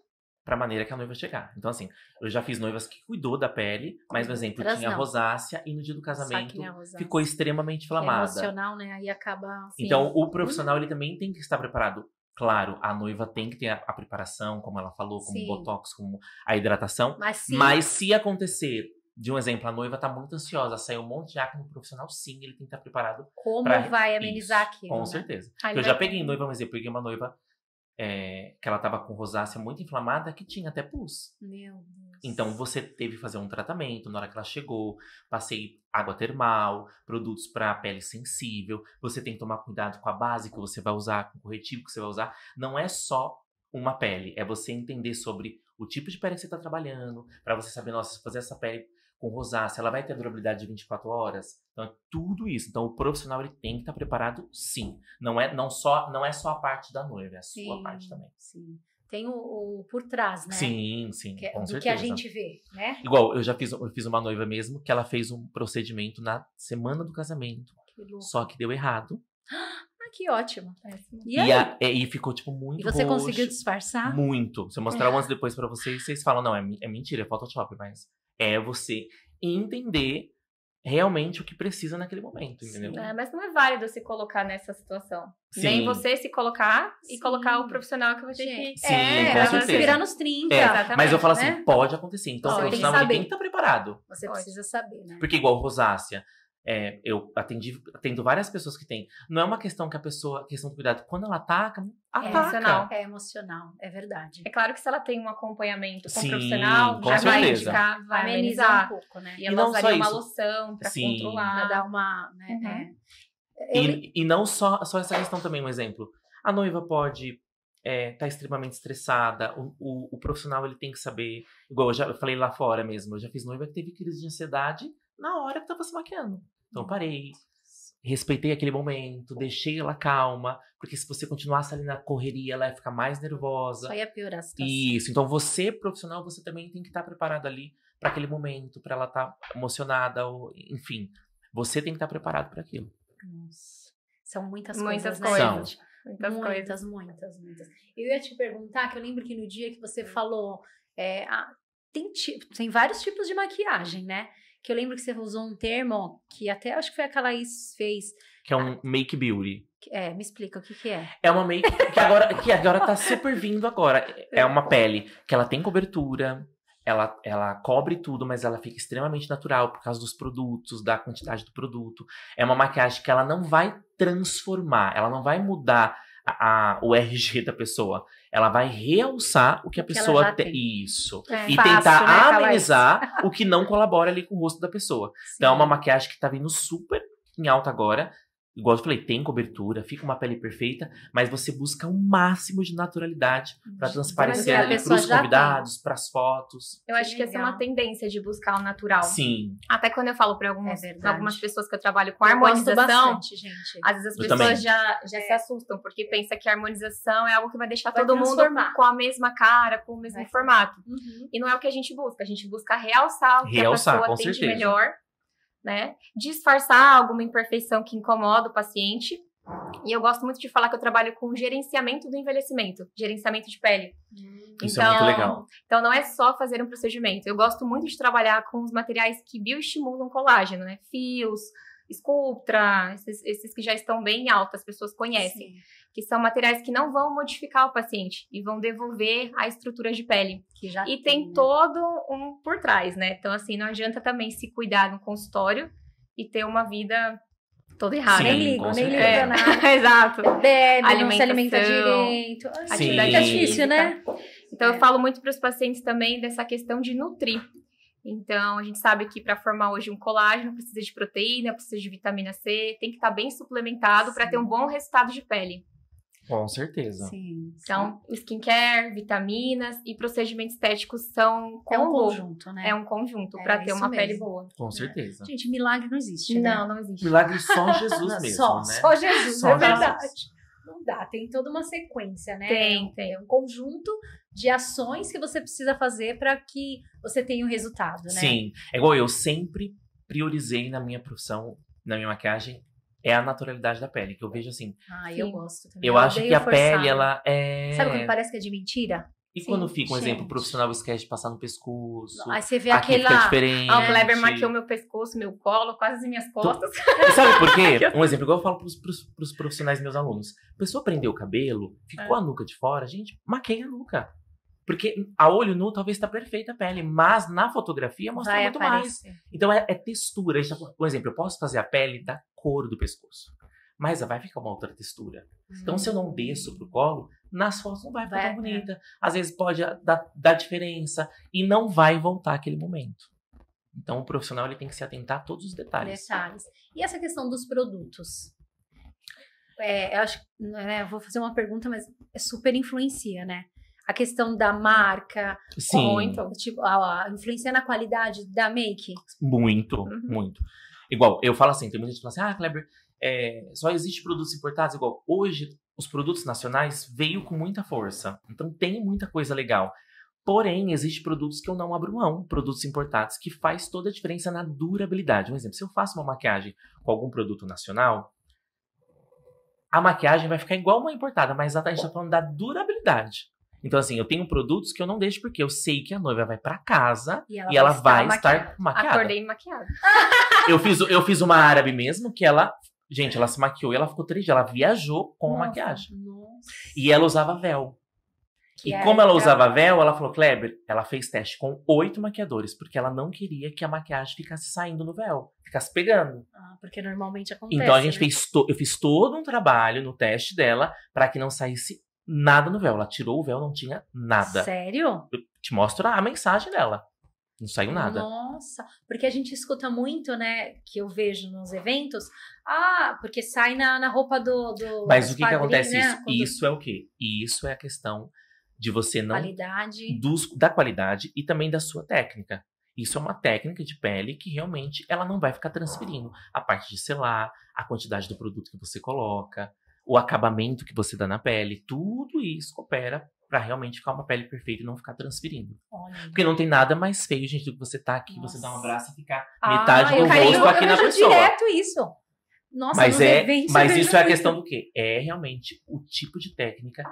S3: pra maneira que a noiva chegar. Então, assim, eu já fiz noivas que cuidou da pele, mas, por exemplo,
S1: Outras
S3: tinha
S1: Uhum. não.
S3: rosácea e no dia do
S1: é
S3: casamento ficou extremamente inflamada.
S1: emocional, né? Aí acaba assim.
S3: Então, o profissional ele também tem que estar preparado. Claro, a noiva tem que ter a, a preparação, como ela falou, como
S1: Sim.
S3: botox, como a hidratação.
S1: mas sim.
S3: Mas se acontecer, de um exemplo, a noiva tá muito ansiosa, saiu um monte de acne no profissional, sim, ele tem que estar preparado.
S1: como
S3: pra-
S1: vai amenizar
S3: Isso,
S1: aquilo?
S3: Com
S1: né?
S3: certeza.
S2: Aí
S3: Eu
S2: vai-
S3: já peguei noiva, um exemplo, peguei uma noiva é, que ela tava com rosácea muito inflamada, que tinha até pus.
S1: Meu Deus.
S3: Então você teve que fazer um tratamento na hora que ela chegou. Passei água termal, produtos para pele sensível. Você tem que tomar cuidado com a base que você vai usar, com o corretivo que você vai usar. Não é só uma pele, é você entender sobre o tipo de pele que você está trabalhando, para você saber, nossa, se fazer essa pele com rosácea, ela vai ter durabilidade de 24 horas. Então é tudo isso. Então o profissional ele tem que estar preparado, sim. Não é não só não é só a parte da noiva, é a sua
S1: Sim,
S3: parte também.
S1: Sim. Tem o, o por trás, né?
S3: Sim, sim,
S1: Que,
S3: com
S1: do
S3: certeza.
S1: que a gente vê, né?
S3: Igual, eu já fiz, eu fiz uma noiva mesmo que ela fez um procedimento na semana do casamento.
S1: Que louco.
S3: Só que deu errado.
S1: Ah, que ótimo.
S2: Péssimo.
S1: E,
S3: E,
S1: aí?
S3: a- é, e ficou, tipo, muito
S1: E você
S3: roxo,
S1: conseguiu É. disfarçar?
S3: Muito. Se eu mostrar o antes e depois pra vocês, vocês falam, não, é, mi- é mentira, é Photoshop, mas é você entender realmente o que precisa naquele momento, entendeu?
S1: Sim.
S2: É, mas não é válido se colocar nessa situação.
S3: Sim.
S2: Nem você se colocar
S1: Sim.
S2: e colocar o profissional que você tem que...
S1: Gente,
S3: Sim,
S1: é,
S3: com
S1: pra você
S3: certeza.
S1: virar nos 30.
S3: É,
S2: Exatamente,
S3: mas eu falo assim,
S1: né?
S3: pode acontecer. Então,
S2: Ó,
S3: o
S2: tem que
S3: profissional ele
S1: saber.
S3: tem que estar preparado.
S1: Você
S2: Pode.
S1: precisa saber, né?
S3: Porque igual rosácea, é, eu atendi, atendo várias pessoas que têm. Não é uma questão que a pessoa, questão do cuidado. Quando ela ataca, ataca.
S2: emocional.
S1: É emocional, é verdade.
S2: É claro que se ela tem um acompanhamento com
S3: Sim,
S2: um profissional,
S3: com
S2: já vai
S3: certeza.
S2: indicar, vai
S1: Amenizar um
S2: amenizar.
S1: pouco, né?
S2: E
S3: não
S2: ela
S3: só
S2: usaria uma
S3: isso.
S2: loção pra
S3: Sim.
S1: Pra
S2: controlar.
S1: dar uma. Né?
S2: Uhum.
S1: é. Eu-
S3: E, e não só, só essa questão também, um exemplo. A noiva pode estar extremamente estressada, o, o- o profissional ele tem que saber. Igual eu já falei lá fora mesmo, eu já fiz noiva que teve crise de ansiedade na hora que tava se maquiando. Então eu parei, respeitei aquele momento, deixei ela calma, porque se você continuasse ali na correria, ela ia ficar mais nervosa.
S1: Só ia piorar a situação.
S3: Isso, então você, profissional, você também tem que estar preparado ali para aquele momento, para ela estar emocionada, ou, enfim. Você tem que estar preparado para aquilo.
S1: Nossa. São muitas, coisas,
S2: Muitas
S1: né,
S3: coisas.
S1: gente?
S2: Muitas coisas.
S1: muitas, muitas, muitas. Eu ia te perguntar, que eu lembro que no dia que você falou, é, a- tem, ti- tem vários tipos de maquiagem, né? Que eu lembro que você usou um termo que até acho que foi a que a Laís fez.
S3: Que é um make beauty.
S1: É, me explica o que, que é.
S3: É uma make que agora, que agora tá super vindo agora. É uma pele que ela tem cobertura, ela, ela cobre tudo, mas ela fica extremamente natural por causa dos produtos, da quantidade do produto. É uma maquiagem que ela não vai transformar, ela não vai mudar a, a- o RG da pessoa. Ela vai realçar o que a
S1: que ela
S3: pessoa
S1: já
S3: tem.
S1: tem.
S3: Isso.
S2: É.
S3: E
S2: Fácil,
S3: tentar
S2: né, Calais?
S3: amenizar o que não colabora ali com o rosto da pessoa. Então é uma maquiagem que tá vindo super em alta agora. Igual eu falei, tem cobertura, fica uma pele perfeita, mas você busca o máximo de naturalidade pra transparecer
S2: a
S3: ali
S2: pessoa
S3: pros
S2: já tem.
S3: convidados, pras fotos.
S2: Eu acho que essa é uma
S1: legal.
S2: tendência de buscar o natural.
S3: Sim,
S2: Até quando eu falo para algumas,
S1: É verdade.
S2: pra algumas pessoas que eu trabalho com
S1: Eu gosto
S2: harmonização,
S1: bastante, gente.
S2: às vezes as
S3: Eu também.
S2: pessoas já, já se assustam, porque pensa que a harmonização é algo que vai deixar
S1: Vai
S2: todo mundo
S1: transformar.
S2: com a mesma cara, com o mesmo
S1: Vai.
S2: formato.
S1: Uhum.
S2: E não é o que a gente busca, a gente busca realçar o que
S3: Realçar,
S2: a pessoa
S3: com
S2: tem de
S3: certeza.
S2: melhor, né? Disfarçar alguma imperfeição que incomoda o paciente. E eu gosto muito de falar que eu trabalho com gerenciamento do envelhecimento, gerenciamento de pele.
S3: isso é muito legal.
S2: Então não é só fazer um procedimento. Eu gosto muito de trabalhar com os materiais que bioestimulam colágeno, né? Fios, Sculptra, esses, esses que já estão bem em alta, as pessoas conhecem.
S1: Sim.
S2: Que são materiais que não vão modificar o paciente e vão devolver a estrutura de pele.
S1: Que já
S2: E tem
S1: né?
S2: todo um por trás, né? Então assim, não adianta também se cuidar no consultório e ter uma vida toda errada.
S1: Nem
S3: Sim,
S1: ligo,
S3: com
S1: nem ligo
S3: certeza.
S1: pra nada.
S2: É. (laughs) Exato.
S1: Bebe, não se alimenta
S2: Alimentação,
S1: direito. Ai,
S3: Sim.
S1: Fica difícil, né?
S2: Então,
S1: É.
S2: eu falo muito para os pacientes também dessa questão de nutrir. Então, a gente sabe que para formar hoje um colágeno precisa de proteína, precisa de vitamina C, tem que estar bem suplementado para ter um bom resultado de pele.
S3: Com certeza.
S1: Sim.
S2: Então, skincare, vitaminas e procedimentos estéticos são
S1: é um
S2: combo,
S1: conjunto, né?
S2: É um conjunto
S1: É,
S2: para ter
S1: isso
S2: uma pele
S1: mesmo.
S2: boa.
S3: Com certeza.
S1: Gente, milagre não existe. né?
S2: Não, não existe.
S3: Milagre
S1: (laughs)
S3: só Jesus
S1: Não,
S3: mesmo,
S1: só,
S3: né?
S1: só Jesus,
S3: Só
S1: é
S3: Jesus.
S1: verdade. Não dá, tem toda uma sequência, né?
S2: Tem, tem.
S1: É um conjunto de ações que você precisa fazer para que você tenha um resultado, né?
S3: Sim. É igual eu sempre priorizei na minha profissão, na minha maquiagem, é a naturalidade da pele. Que eu vejo assim.
S1: Ah,
S2: Sim.
S1: eu gosto também.
S3: Eu acho
S1: odeio
S3: que a
S1: forçar. né?
S3: pele, ela é.
S1: Sabe quando parece que é de mentira?
S3: E
S2: Sim,
S3: quando fica um exemplo, o
S1: gente.
S3: profissional esquece de passar no pescoço.
S1: Aí você vê
S3: aqui fica
S1: aquela.
S3: diferente.
S2: Ah, o Kleber maquiou meu pescoço, meu colo, quase as minhas costas.
S3: E Sabe por quê? Um exemplo, igual eu falo pros, pros, pros profissionais meus alunos. A pessoa prendeu o cabelo, ficou a nuca de fora, gente, maqueia a nuca. Porque a olho nu talvez tá perfeita a pele, mas na fotografia mostra
S1: Vai
S3: muito mais.
S1: aparecer.
S3: Então é, é textura. A gente tá falando- Por exemplo, eu posso fazer a pele da cor do pescoço. Mas vai ficar uma outra textura. Então, se eu
S1: Hum.
S3: não desço pro colo, nas fotos não vai ficar
S1: Vai,
S3: tão
S1: né?
S3: bonita. Às vezes pode dar, dar diferença e não vai voltar aquele momento. Então, o profissional ele tem que se atentar a todos os detalhes.
S1: Detalhes. E essa questão dos produtos? É, eu acho, né, eu vou fazer uma pergunta, mas é super influencia, né? A questão da marca,
S3: Sim, muito,
S2: Muito.
S1: tipo, a, a influencia na qualidade da make.
S3: muito,
S2: Uhum.
S3: Igual, eu falo assim, tem muita gente que fala assim, ah, Kleber, é, só existe produtos importados. Igual, hoje, os produtos nacionais veio com muita força. Então, tem muita coisa legal. Porém, existem produtos que eu não abro mão, produtos importados, que faz toda a diferença na durabilidade. Um exemplo, se eu faço uma maquiagem com algum produto nacional, a maquiagem vai ficar igual uma importada, mas a gente tá falando da durabilidade. Então, assim, eu tenho produtos que eu não deixo porque eu sei que a noiva vai pra casa e ela vai estar maquiada.
S2: Acordei maquiada.
S3: Eu fiz, eu fiz uma árabe mesmo que ela. Gente, ela se maquiou e ela ficou três dias. Ela viajou com a maquiagem.
S1: Nossa,
S3: E ela usava véu.
S1: que
S3: e
S1: é
S3: como ela
S1: pra-
S3: usava véu, ela falou: Kleber, ela fez teste com oito maquiadores, porque ela não queria que a maquiagem ficasse saindo no véu, ficasse pegando.
S1: Ah, porque normalmente acontece.
S3: Então a gente
S1: né?
S3: fez. to- Eu fiz todo um trabalho no teste dela para que não saísse nada no véu. Ela tirou o véu, não tinha nada.
S1: Sério?
S3: Te mostro a mensagem dela. Não saiu nada.
S1: Nossa, porque a gente escuta muito, né? Que eu vejo nos eventos. Ah, porque sai na, na roupa do. do-
S3: Mas
S1: dos
S3: o que, que
S1: padrinhos,
S3: acontece
S1: né?
S3: isso?
S1: Quando-
S3: Isso é o quê? Isso é a questão de você não
S1: Qualidade.
S3: dos- da qualidade e também da sua técnica. Isso é uma técnica de pele que realmente ela não vai ficar transferindo a parte de selar, a quantidade do produto que você coloca, o acabamento que você dá na pele, tudo isso coopera para realmente ficar uma pele perfeita e não ficar transferindo.
S1: Olha.
S3: Porque não tem nada mais feio, gente, do que você tá aqui, você dá um
S1: Nossa.
S3: abraço e ficar
S1: Ah,
S3: metade do
S1: eu vejo-
S3: rosto aqui
S1: eu
S3: na
S2: (laughs)
S1: vejo
S3: pessoa.
S1: direto isso. Nossa,
S3: mas
S1: nos
S3: é,
S1: eventos eu
S3: mas
S1: vejo
S3: isso é a
S1: muito.
S3: questão do quê? É realmente o tipo de técnica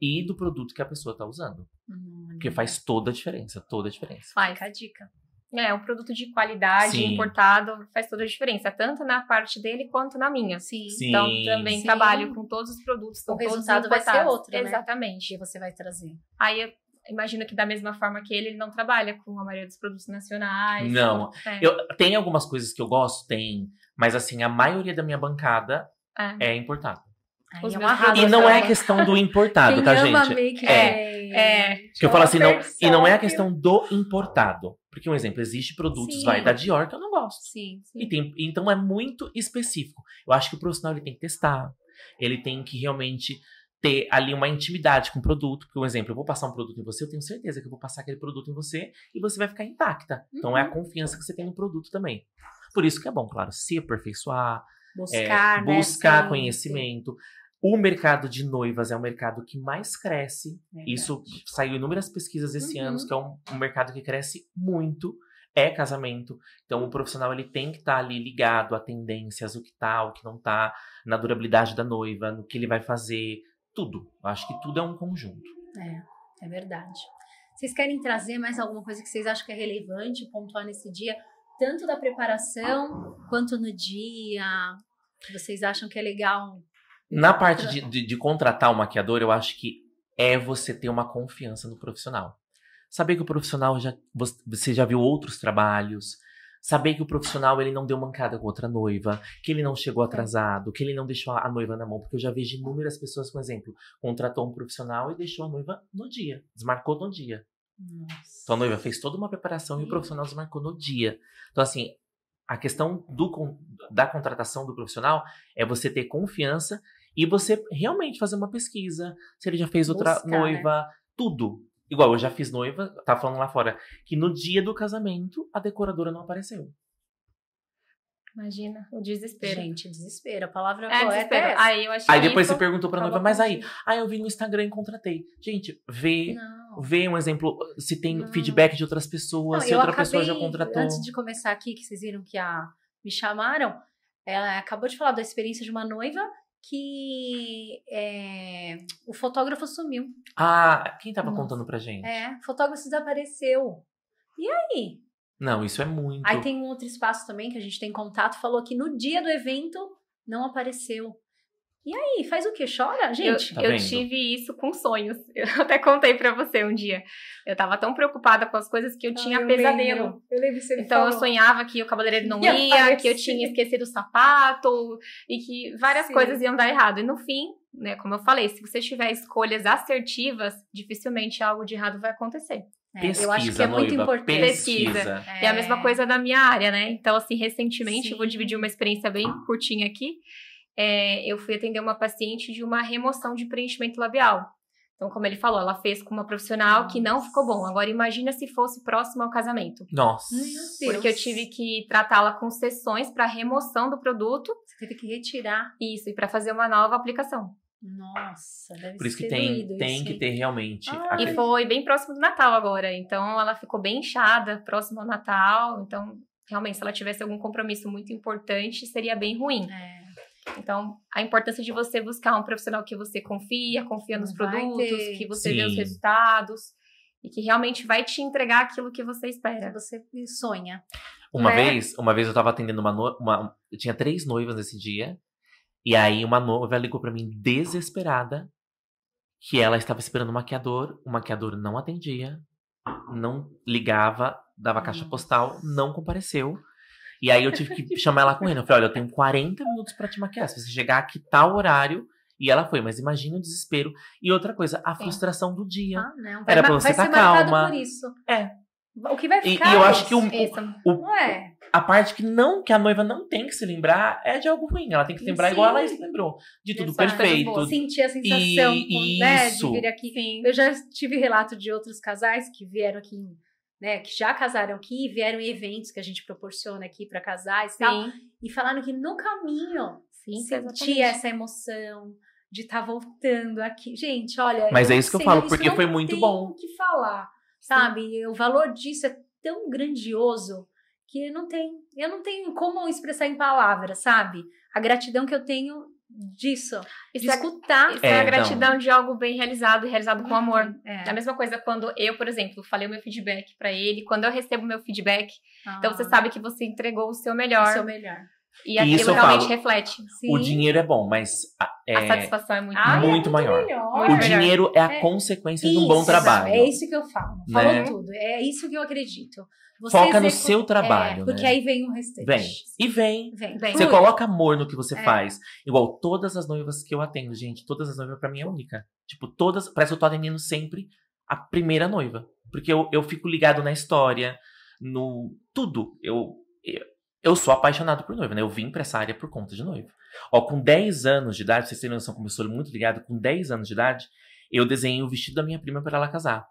S3: e do produto que a pessoa tá usando,
S1: Olha,
S3: porque faz toda a diferença, toda a diferença.
S1: Fica a dica.
S2: É, um produto de qualidade,
S3: Sim.
S2: importado, faz toda a diferença, tanto na parte dele quanto na minha.
S1: Sim.
S3: Sim.
S2: Então, também
S1: Sim.
S2: trabalho com todos os produtos. com
S1: O
S2: todos
S1: resultado vai ser
S2: importados.
S1: outro, né?
S2: Exatamente.
S1: Que você vai trazer.
S2: Aí eu imagino que da mesma forma que ele, ele não trabalha com a maioria dos produtos nacionais.
S3: Não.
S2: É.
S3: Eu, tem algumas coisas que eu gosto? Tem. Mas assim, a maioria da minha bancada
S2: É.
S3: é importada.
S1: Aí
S2: Os
S1: é um
S2: meus
S1: arraso,
S3: E não é
S1: né?
S3: questão
S1: (laughs)
S3: do importado,
S4: Quem
S3: tá,
S4: ama
S3: gente?
S4: make
S3: É.
S4: gente.
S2: É,
S3: Que eu falo assim, não, e não é a
S4: Perfeito.
S3: questão do importado. Porque, um exemplo, existe produtos,
S1: Sim.
S3: vai, da Dior que eu não gosto.
S1: Sim, sim.
S3: E tem- então é muito específico. Eu acho que o profissional ele tem que testar. Ele tem que realmente ter ali uma intimidade com o produto. Porque, um exemplo, eu vou passar um produto em você, eu tenho certeza que eu vou passar aquele produto em você e você vai ficar intacta. Então
S1: Uhum.
S3: é a confiança que você tem no produto também. Por isso que é bom, claro, se aperfeiçoar, é,
S1: Buscar, né?
S3: buscar
S1: Sim,
S3: conhecimento. O mercado de noivas é o mercado que mais cresce.
S1: sim.
S3: Isso saiu inúmeras pesquisas esse
S4: Uhum.
S3: ano, que é um, um mercado que cresce muito, é casamento. Então o profissional ele tem que estar ali ligado a tendências, o que tá, o que não tá, na durabilidade da noiva, no que ele vai fazer, tudo. Eu acho que tudo é um conjunto.
S1: É verdade. Vocês querem trazer mais alguma coisa que vocês acham que é relevante pontuar nesse dia, tanto da preparação quanto no dia? que Vocês acham que é legal?
S3: Na parte de, de- de contratar o maquiador, eu acho que é você ter uma confiança no profissional. Saber que o profissional já vo- você já viu outros trabalhos, saber que o profissional ele não deu mancada com outra noiva, que ele não
S1: É.
S3: chegou atrasado, que ele não deixou a a noiva na mão, porque eu já vejo inúmeras pessoas, por exemplo, contratou um profissional e deixou a noiva no dia, desmarcou no dia. Então a noiva fez toda uma preparação e o
S1: Sim.
S3: profissional desmarcou no dia. Então, assim, a questão do con- da contratação do profissional é você ter confiança e você realmente fazer uma pesquisa. Se ele já fez outra
S1: Buscar, né?
S3: noiva, tudo. Igual eu já fiz noiva, tá falando lá fora, que no dia do casamento a decoradora não apareceu.
S2: Imagina o desespero.
S1: Gente, desespero. A palavra
S2: É,
S1: correta
S2: desespero.
S1: é essa.
S2: Aí eu achei
S3: Aí depois
S2: isso,
S3: você perguntou pra noiva,
S2: falou
S3: mas
S2: com
S3: aí,
S2: gente.
S3: ah, eu vi no Instagram e contratei. Gente, vê,
S1: Não.
S3: vê um exemplo, se tem
S2: Não.
S3: feedback de outras pessoas,
S1: Não,
S3: se
S1: eu
S3: outra
S1: acabei,
S3: pessoa já contratou.
S1: Antes de começar aqui, que vocês viram que a, me chamaram, ela acabou de falar da experiência de uma noiva que é, o fotógrafo sumiu.
S3: Ah, quem tava
S2: Nossa.
S3: contando pra gente?
S1: É, o fotógrafo desapareceu. E aí?
S3: Não, isso é muito.
S1: Aí tem um outro espaço também que a gente tem contato, falou que no dia do evento não apareceu. E aí, faz o quê? Chora? Gente,
S2: eu,
S3: Tá
S2: eu
S3: vendo?
S2: tive isso com sonhos. (laughs) Eu até contei pra você um dia. Eu tava tão preocupada com as coisas que eu tinha
S4: eu
S2: pesadelo.
S4: lembro, Eu lembro que você me
S2: Então eu
S4: falou.
S2: sonhava que o cabeleireiro
S4: (laughs)
S2: não
S4: Ia
S2: ia, que eu
S4: aparecer.
S2: tinha esquecido o sapato e que várias
S4: Sim.
S2: coisas iam dar errado. E no fim, né, como eu falei, se você tiver escolhas assertivas, dificilmente algo de errado vai acontecer.
S1: é,
S3: pesquisa,
S1: eu acho que é muito
S3: noiva,
S1: importante.
S3: Pesquisa.
S2: Pesquisa. É, a mesma coisa da minha área, né? Então, assim, recentemente, eu vou
S1: Sim.
S2: dividir uma experiência bem curtinha aqui. É, eu fui atender uma paciente de uma remoção de preenchimento labial. Então, como ele falou, ela fez com uma profissional que não ficou bom. Agora, imagina se fosse próximo ao casamento.
S3: Nossa.
S1: Meu Deus.
S2: Porque eu tive que tratá-la com sessões para remoção do produto,
S1: Você teve que retirar.
S2: isso, e para fazer uma nova aplicação.
S1: Nossa, deve
S3: Por isso que
S1: ser
S3: tem,
S1: doído
S3: tem
S1: isso,
S3: que
S1: hein?
S3: ter realmente.
S4: Ah,
S3: aquele-
S2: E foi bem próximo do Natal agora, então ela ficou bem inchada, próximo ao Natal, então realmente se ela tivesse algum compromisso muito importante, seria bem ruim.
S1: É,
S2: Então, a importância de você buscar um profissional que você confia, confia nos
S1: Vai
S2: produtos,
S1: ter.
S2: que você vê os
S3: Sim.
S2: resultados e que realmente vai te entregar aquilo que você espera.
S1: É, você sonha.
S3: Uma
S2: né?
S3: vez, uma vez eu tava atendendo uma, no... uma. Eu tinha três noivas nesse dia. E aí uma noiva ligou pra mim desesperada que ela estava esperando o maquiador. O maquiador não atendia, não ligava, dava caixa
S1: Nossa.
S3: postal, não compareceu. E aí eu tive que chamar ela com ele. Eu falei, olha, eu tenho 40 minutos pra te maquiar. Se você chegar aqui tal horário. E ela foi, mas imagina o desespero. E outra coisa, a
S2: Sim.
S3: frustração do dia.
S1: Ah, não. Vai,
S3: Era
S1: ma-
S3: pra você
S1: vai
S3: tá
S1: ser marcado
S3: calma.
S1: por isso.
S3: É.
S1: O que vai
S3: E-
S1: ficar?
S3: e eu
S1: é
S3: acho que um
S1: isso.
S3: o-
S2: Isso.
S4: Não é?
S3: A parte que não, que a noiva não tem que se lembrar é de algo ruim. Ela tem que se lembrar
S1: Sim.
S3: igual ela se lembrou. De tudo
S2: Exato.
S3: perfeito.
S2: Coisas
S1: é Sentir a sensação
S3: E-
S1: né, de
S3: isso.
S1: vir aqui.
S2: Sim.
S1: Eu já tive relato de outros casais que vieram aqui, né, que já casaram aqui e vieram em eventos que a gente proporciona aqui para casais e tal,
S2: Sim,
S1: e falaram que no caminho
S2: sim,
S1: sentia
S2: exatamente.
S1: essa emoção de estar voltando aqui. Gente, olha,
S3: Mas é isso que eu
S1: sei,
S3: falo, porque
S1: não
S3: foi muito
S1: tem
S3: bom.
S1: o que falar, sabe? O valor disso é tão grandioso que eu não tenho, eu não tenho como expressar em palavras, sabe? A gratidão que eu tenho disso.
S2: Isso
S1: de
S2: é-
S1: escutar.
S2: Isso é, a
S3: É, não.
S2: gratidão de algo bem realizado, e realizado com amor.
S1: É.
S2: É a mesma coisa quando eu, por exemplo, falei o meu feedback pra ele, quando eu recebo o meu feedback, então você sabe que você entregou o seu melhor
S1: Ah, é o seu melhor.
S2: e aquilo
S3: Isso eu
S2: realmente
S3: falo.
S2: reflete.
S3: O
S1: Sim.
S3: dinheiro é bom, mas a-
S2: A
S3: é,
S2: satisfação é muito
S5: Ah, é
S2: maior.
S3: muito maior.
S5: melhor.
S2: Muito
S3: o
S2: melhor.
S3: dinheiro é a
S1: É
S3: consequência de
S1: Isso,
S3: um bom trabalho.
S1: É isso que eu falo. Falou
S3: Né?
S1: tudo. É isso que eu acredito. Você
S3: Foca no
S1: execu-
S3: seu trabalho,
S1: É, porque
S3: né?
S1: aí vem o restante.
S3: Vem. E vem.
S1: Vem.
S2: Vem.
S3: Você
S2: Ui.
S3: coloca amor no que você
S1: É.
S3: faz. Igual todas as noivas que eu atendo, gente. Todas as noivas pra mim é única. Tipo, todas. Parece que eu tô atendendo sempre a primeira noiva. Porque eu, eu fico ligado na história, no tudo. Eu, eu, eu sou apaixonado por noiva, né? Eu vim pra essa área por conta de noiva. Ó, com 10 anos de idade, vocês têm noção como eu sou muito ligado, com 10 anos de idade, eu desenhei o vestido da minha prima pra ela casar.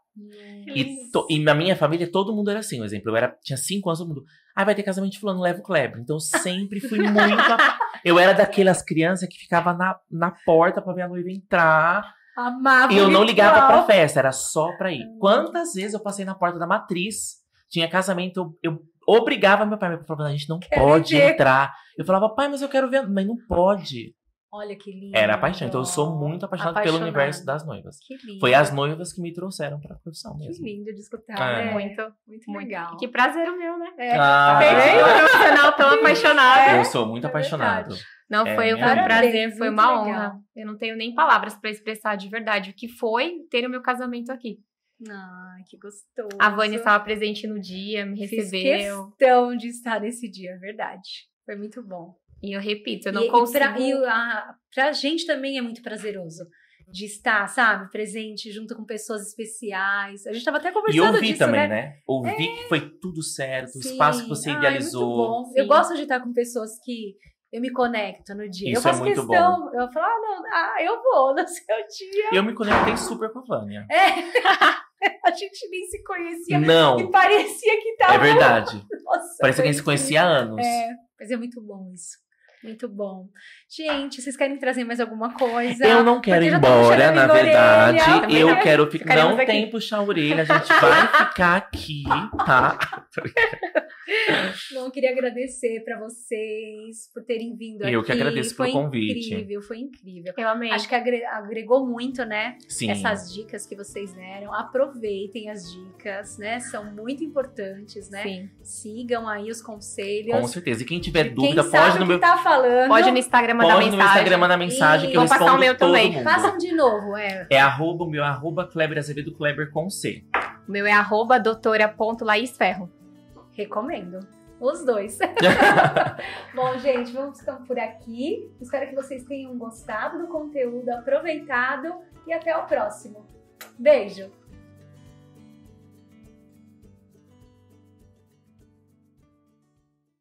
S3: E, to- e na minha família, todo mundo era assim. Um exemplo, eu era, tinha cinco anos, todo mundo. Ah, vai ter casamento de fulano, leva o Kleber. Então eu sempre
S1: (laughs)
S3: fui muito. a- Eu era daquelas crianças que ficava na, na porta pra ver a noiva entrar.
S1: Amava.
S3: E eu
S1: o
S3: não ligava pra
S1: ritual.
S3: festa, era só pra
S1: Ah.
S3: ir. Quantas vezes eu passei na porta da matriz? Tinha casamento, eu, eu obrigava meu pai, meu pai falava, a gente não pode
S5: ver."
S3: entrar. Eu falava, pai, mas eu quero ver. Mas não pode.
S1: Olha que lindo.
S3: Era paixão. Então eu sou muito apaixonado, pelo
S2: Apaixonado.
S3: universo das noivas.
S1: Que lindo.
S3: Foi as noivas que me trouxeram pra profissão
S1: Que
S3: mesmo.
S1: lindo de escutar.
S3: É.
S1: né?
S2: Muito,
S1: muito
S2: muito.
S1: legal.
S2: E Que prazer o meu, né?
S1: É.
S3: Ah,
S2: Perdi um profissional tão apaixonado.
S3: eu sou muito
S1: é
S3: apaixonado.
S2: Não,
S3: É,
S2: foi um
S3: minha vida.
S2: prazer,
S1: Parabéns,
S2: foi
S1: muito
S2: uma
S1: legal.
S2: honra. Eu não tenho nem palavras pra expressar de verdade o que foi ter o meu casamento aqui.
S1: Ai, que gostoso.
S2: Ah. A Vânia estava presente no dia, me
S1: Fiz
S2: recebeu.
S1: questão de estar nesse dia, é verdade. Foi muito bom.
S2: E eu repito, eu não
S1: e,
S2: consigo.
S1: E pra, e a, pra gente também é muito prazeroso de estar, sabe, presente junto com pessoas especiais. A gente tava até
S3: E
S1: conversando
S3: ouvir
S1: disso,
S3: também,
S1: né?
S3: né? Ouvir que foi tudo certo, o
S1: Sim.
S3: espaço que você
S1: Ah, é
S3: idealizou.
S1: muito bom. Eu gosto de estar com pessoas que eu me conecto no dia.
S3: Isso
S1: eu faço
S3: é muito
S1: questão. Eu falo, ah, não, ah, eu vou no seu dia. É.
S3: eu me conectei super com a Vânia.
S1: (laughs) A gente nem se conhecia.
S3: Não,
S1: E parecia que tava.
S3: é verdade.
S1: (laughs) Nossa,
S3: Parecia que a
S1: foi
S3: gente se conhecia há anos.
S1: É, mas é muito bom isso. Muito bom. Gente, vocês querem trazer mais alguma coisa?
S3: Eu não quero
S1: Porque
S3: ir
S1: já tamo
S3: embora,
S1: cheirando
S3: na
S1: minha orelha.
S3: verdade.
S1: Também
S3: Eu
S1: quero-
S3: quero ficar.
S2: Ficaremos
S3: Não
S2: aqui.
S3: tem puxar a orelha, a gente vai ficar aqui, tá?
S1: Bom, eu queria agradecer para vocês por terem vindo aqui.
S3: Eu que agradeço
S1: foi
S3: pelo convite.
S1: incrível, foi incrível.
S2: Eu amei.
S1: Acho que agre- agregou muito, né?
S3: Sim.
S1: Essas dicas que vocês deram. Aproveitem as dicas, né? São muito importantes, né?
S2: Sim.
S1: Sigam aí os conselhos.
S3: Com certeza. E quem tiver
S1: Quem
S3: dúvida,
S1: sabe
S3: pode no
S1: o
S3: meu,
S1: que tá falando,
S2: Pode no Instagram mandar
S3: pode no meu
S2: mensagem.
S3: Instagram mandar mensagem que eu
S2: Vou passar o
S3: respondo
S2: meu
S3: todo
S2: também.
S3: mundo.
S1: façam de novo, é.
S3: É arroba o meu arroba Kleber Azevedo Kleber com C.
S2: O meu é arroba doutora.laísferro.
S1: Recomendo. Os dois.
S5: Bom, gente, vamos ficando por aqui. Espero que vocês tenham gostado do conteúdo, aproveitado e até o próximo. Beijo!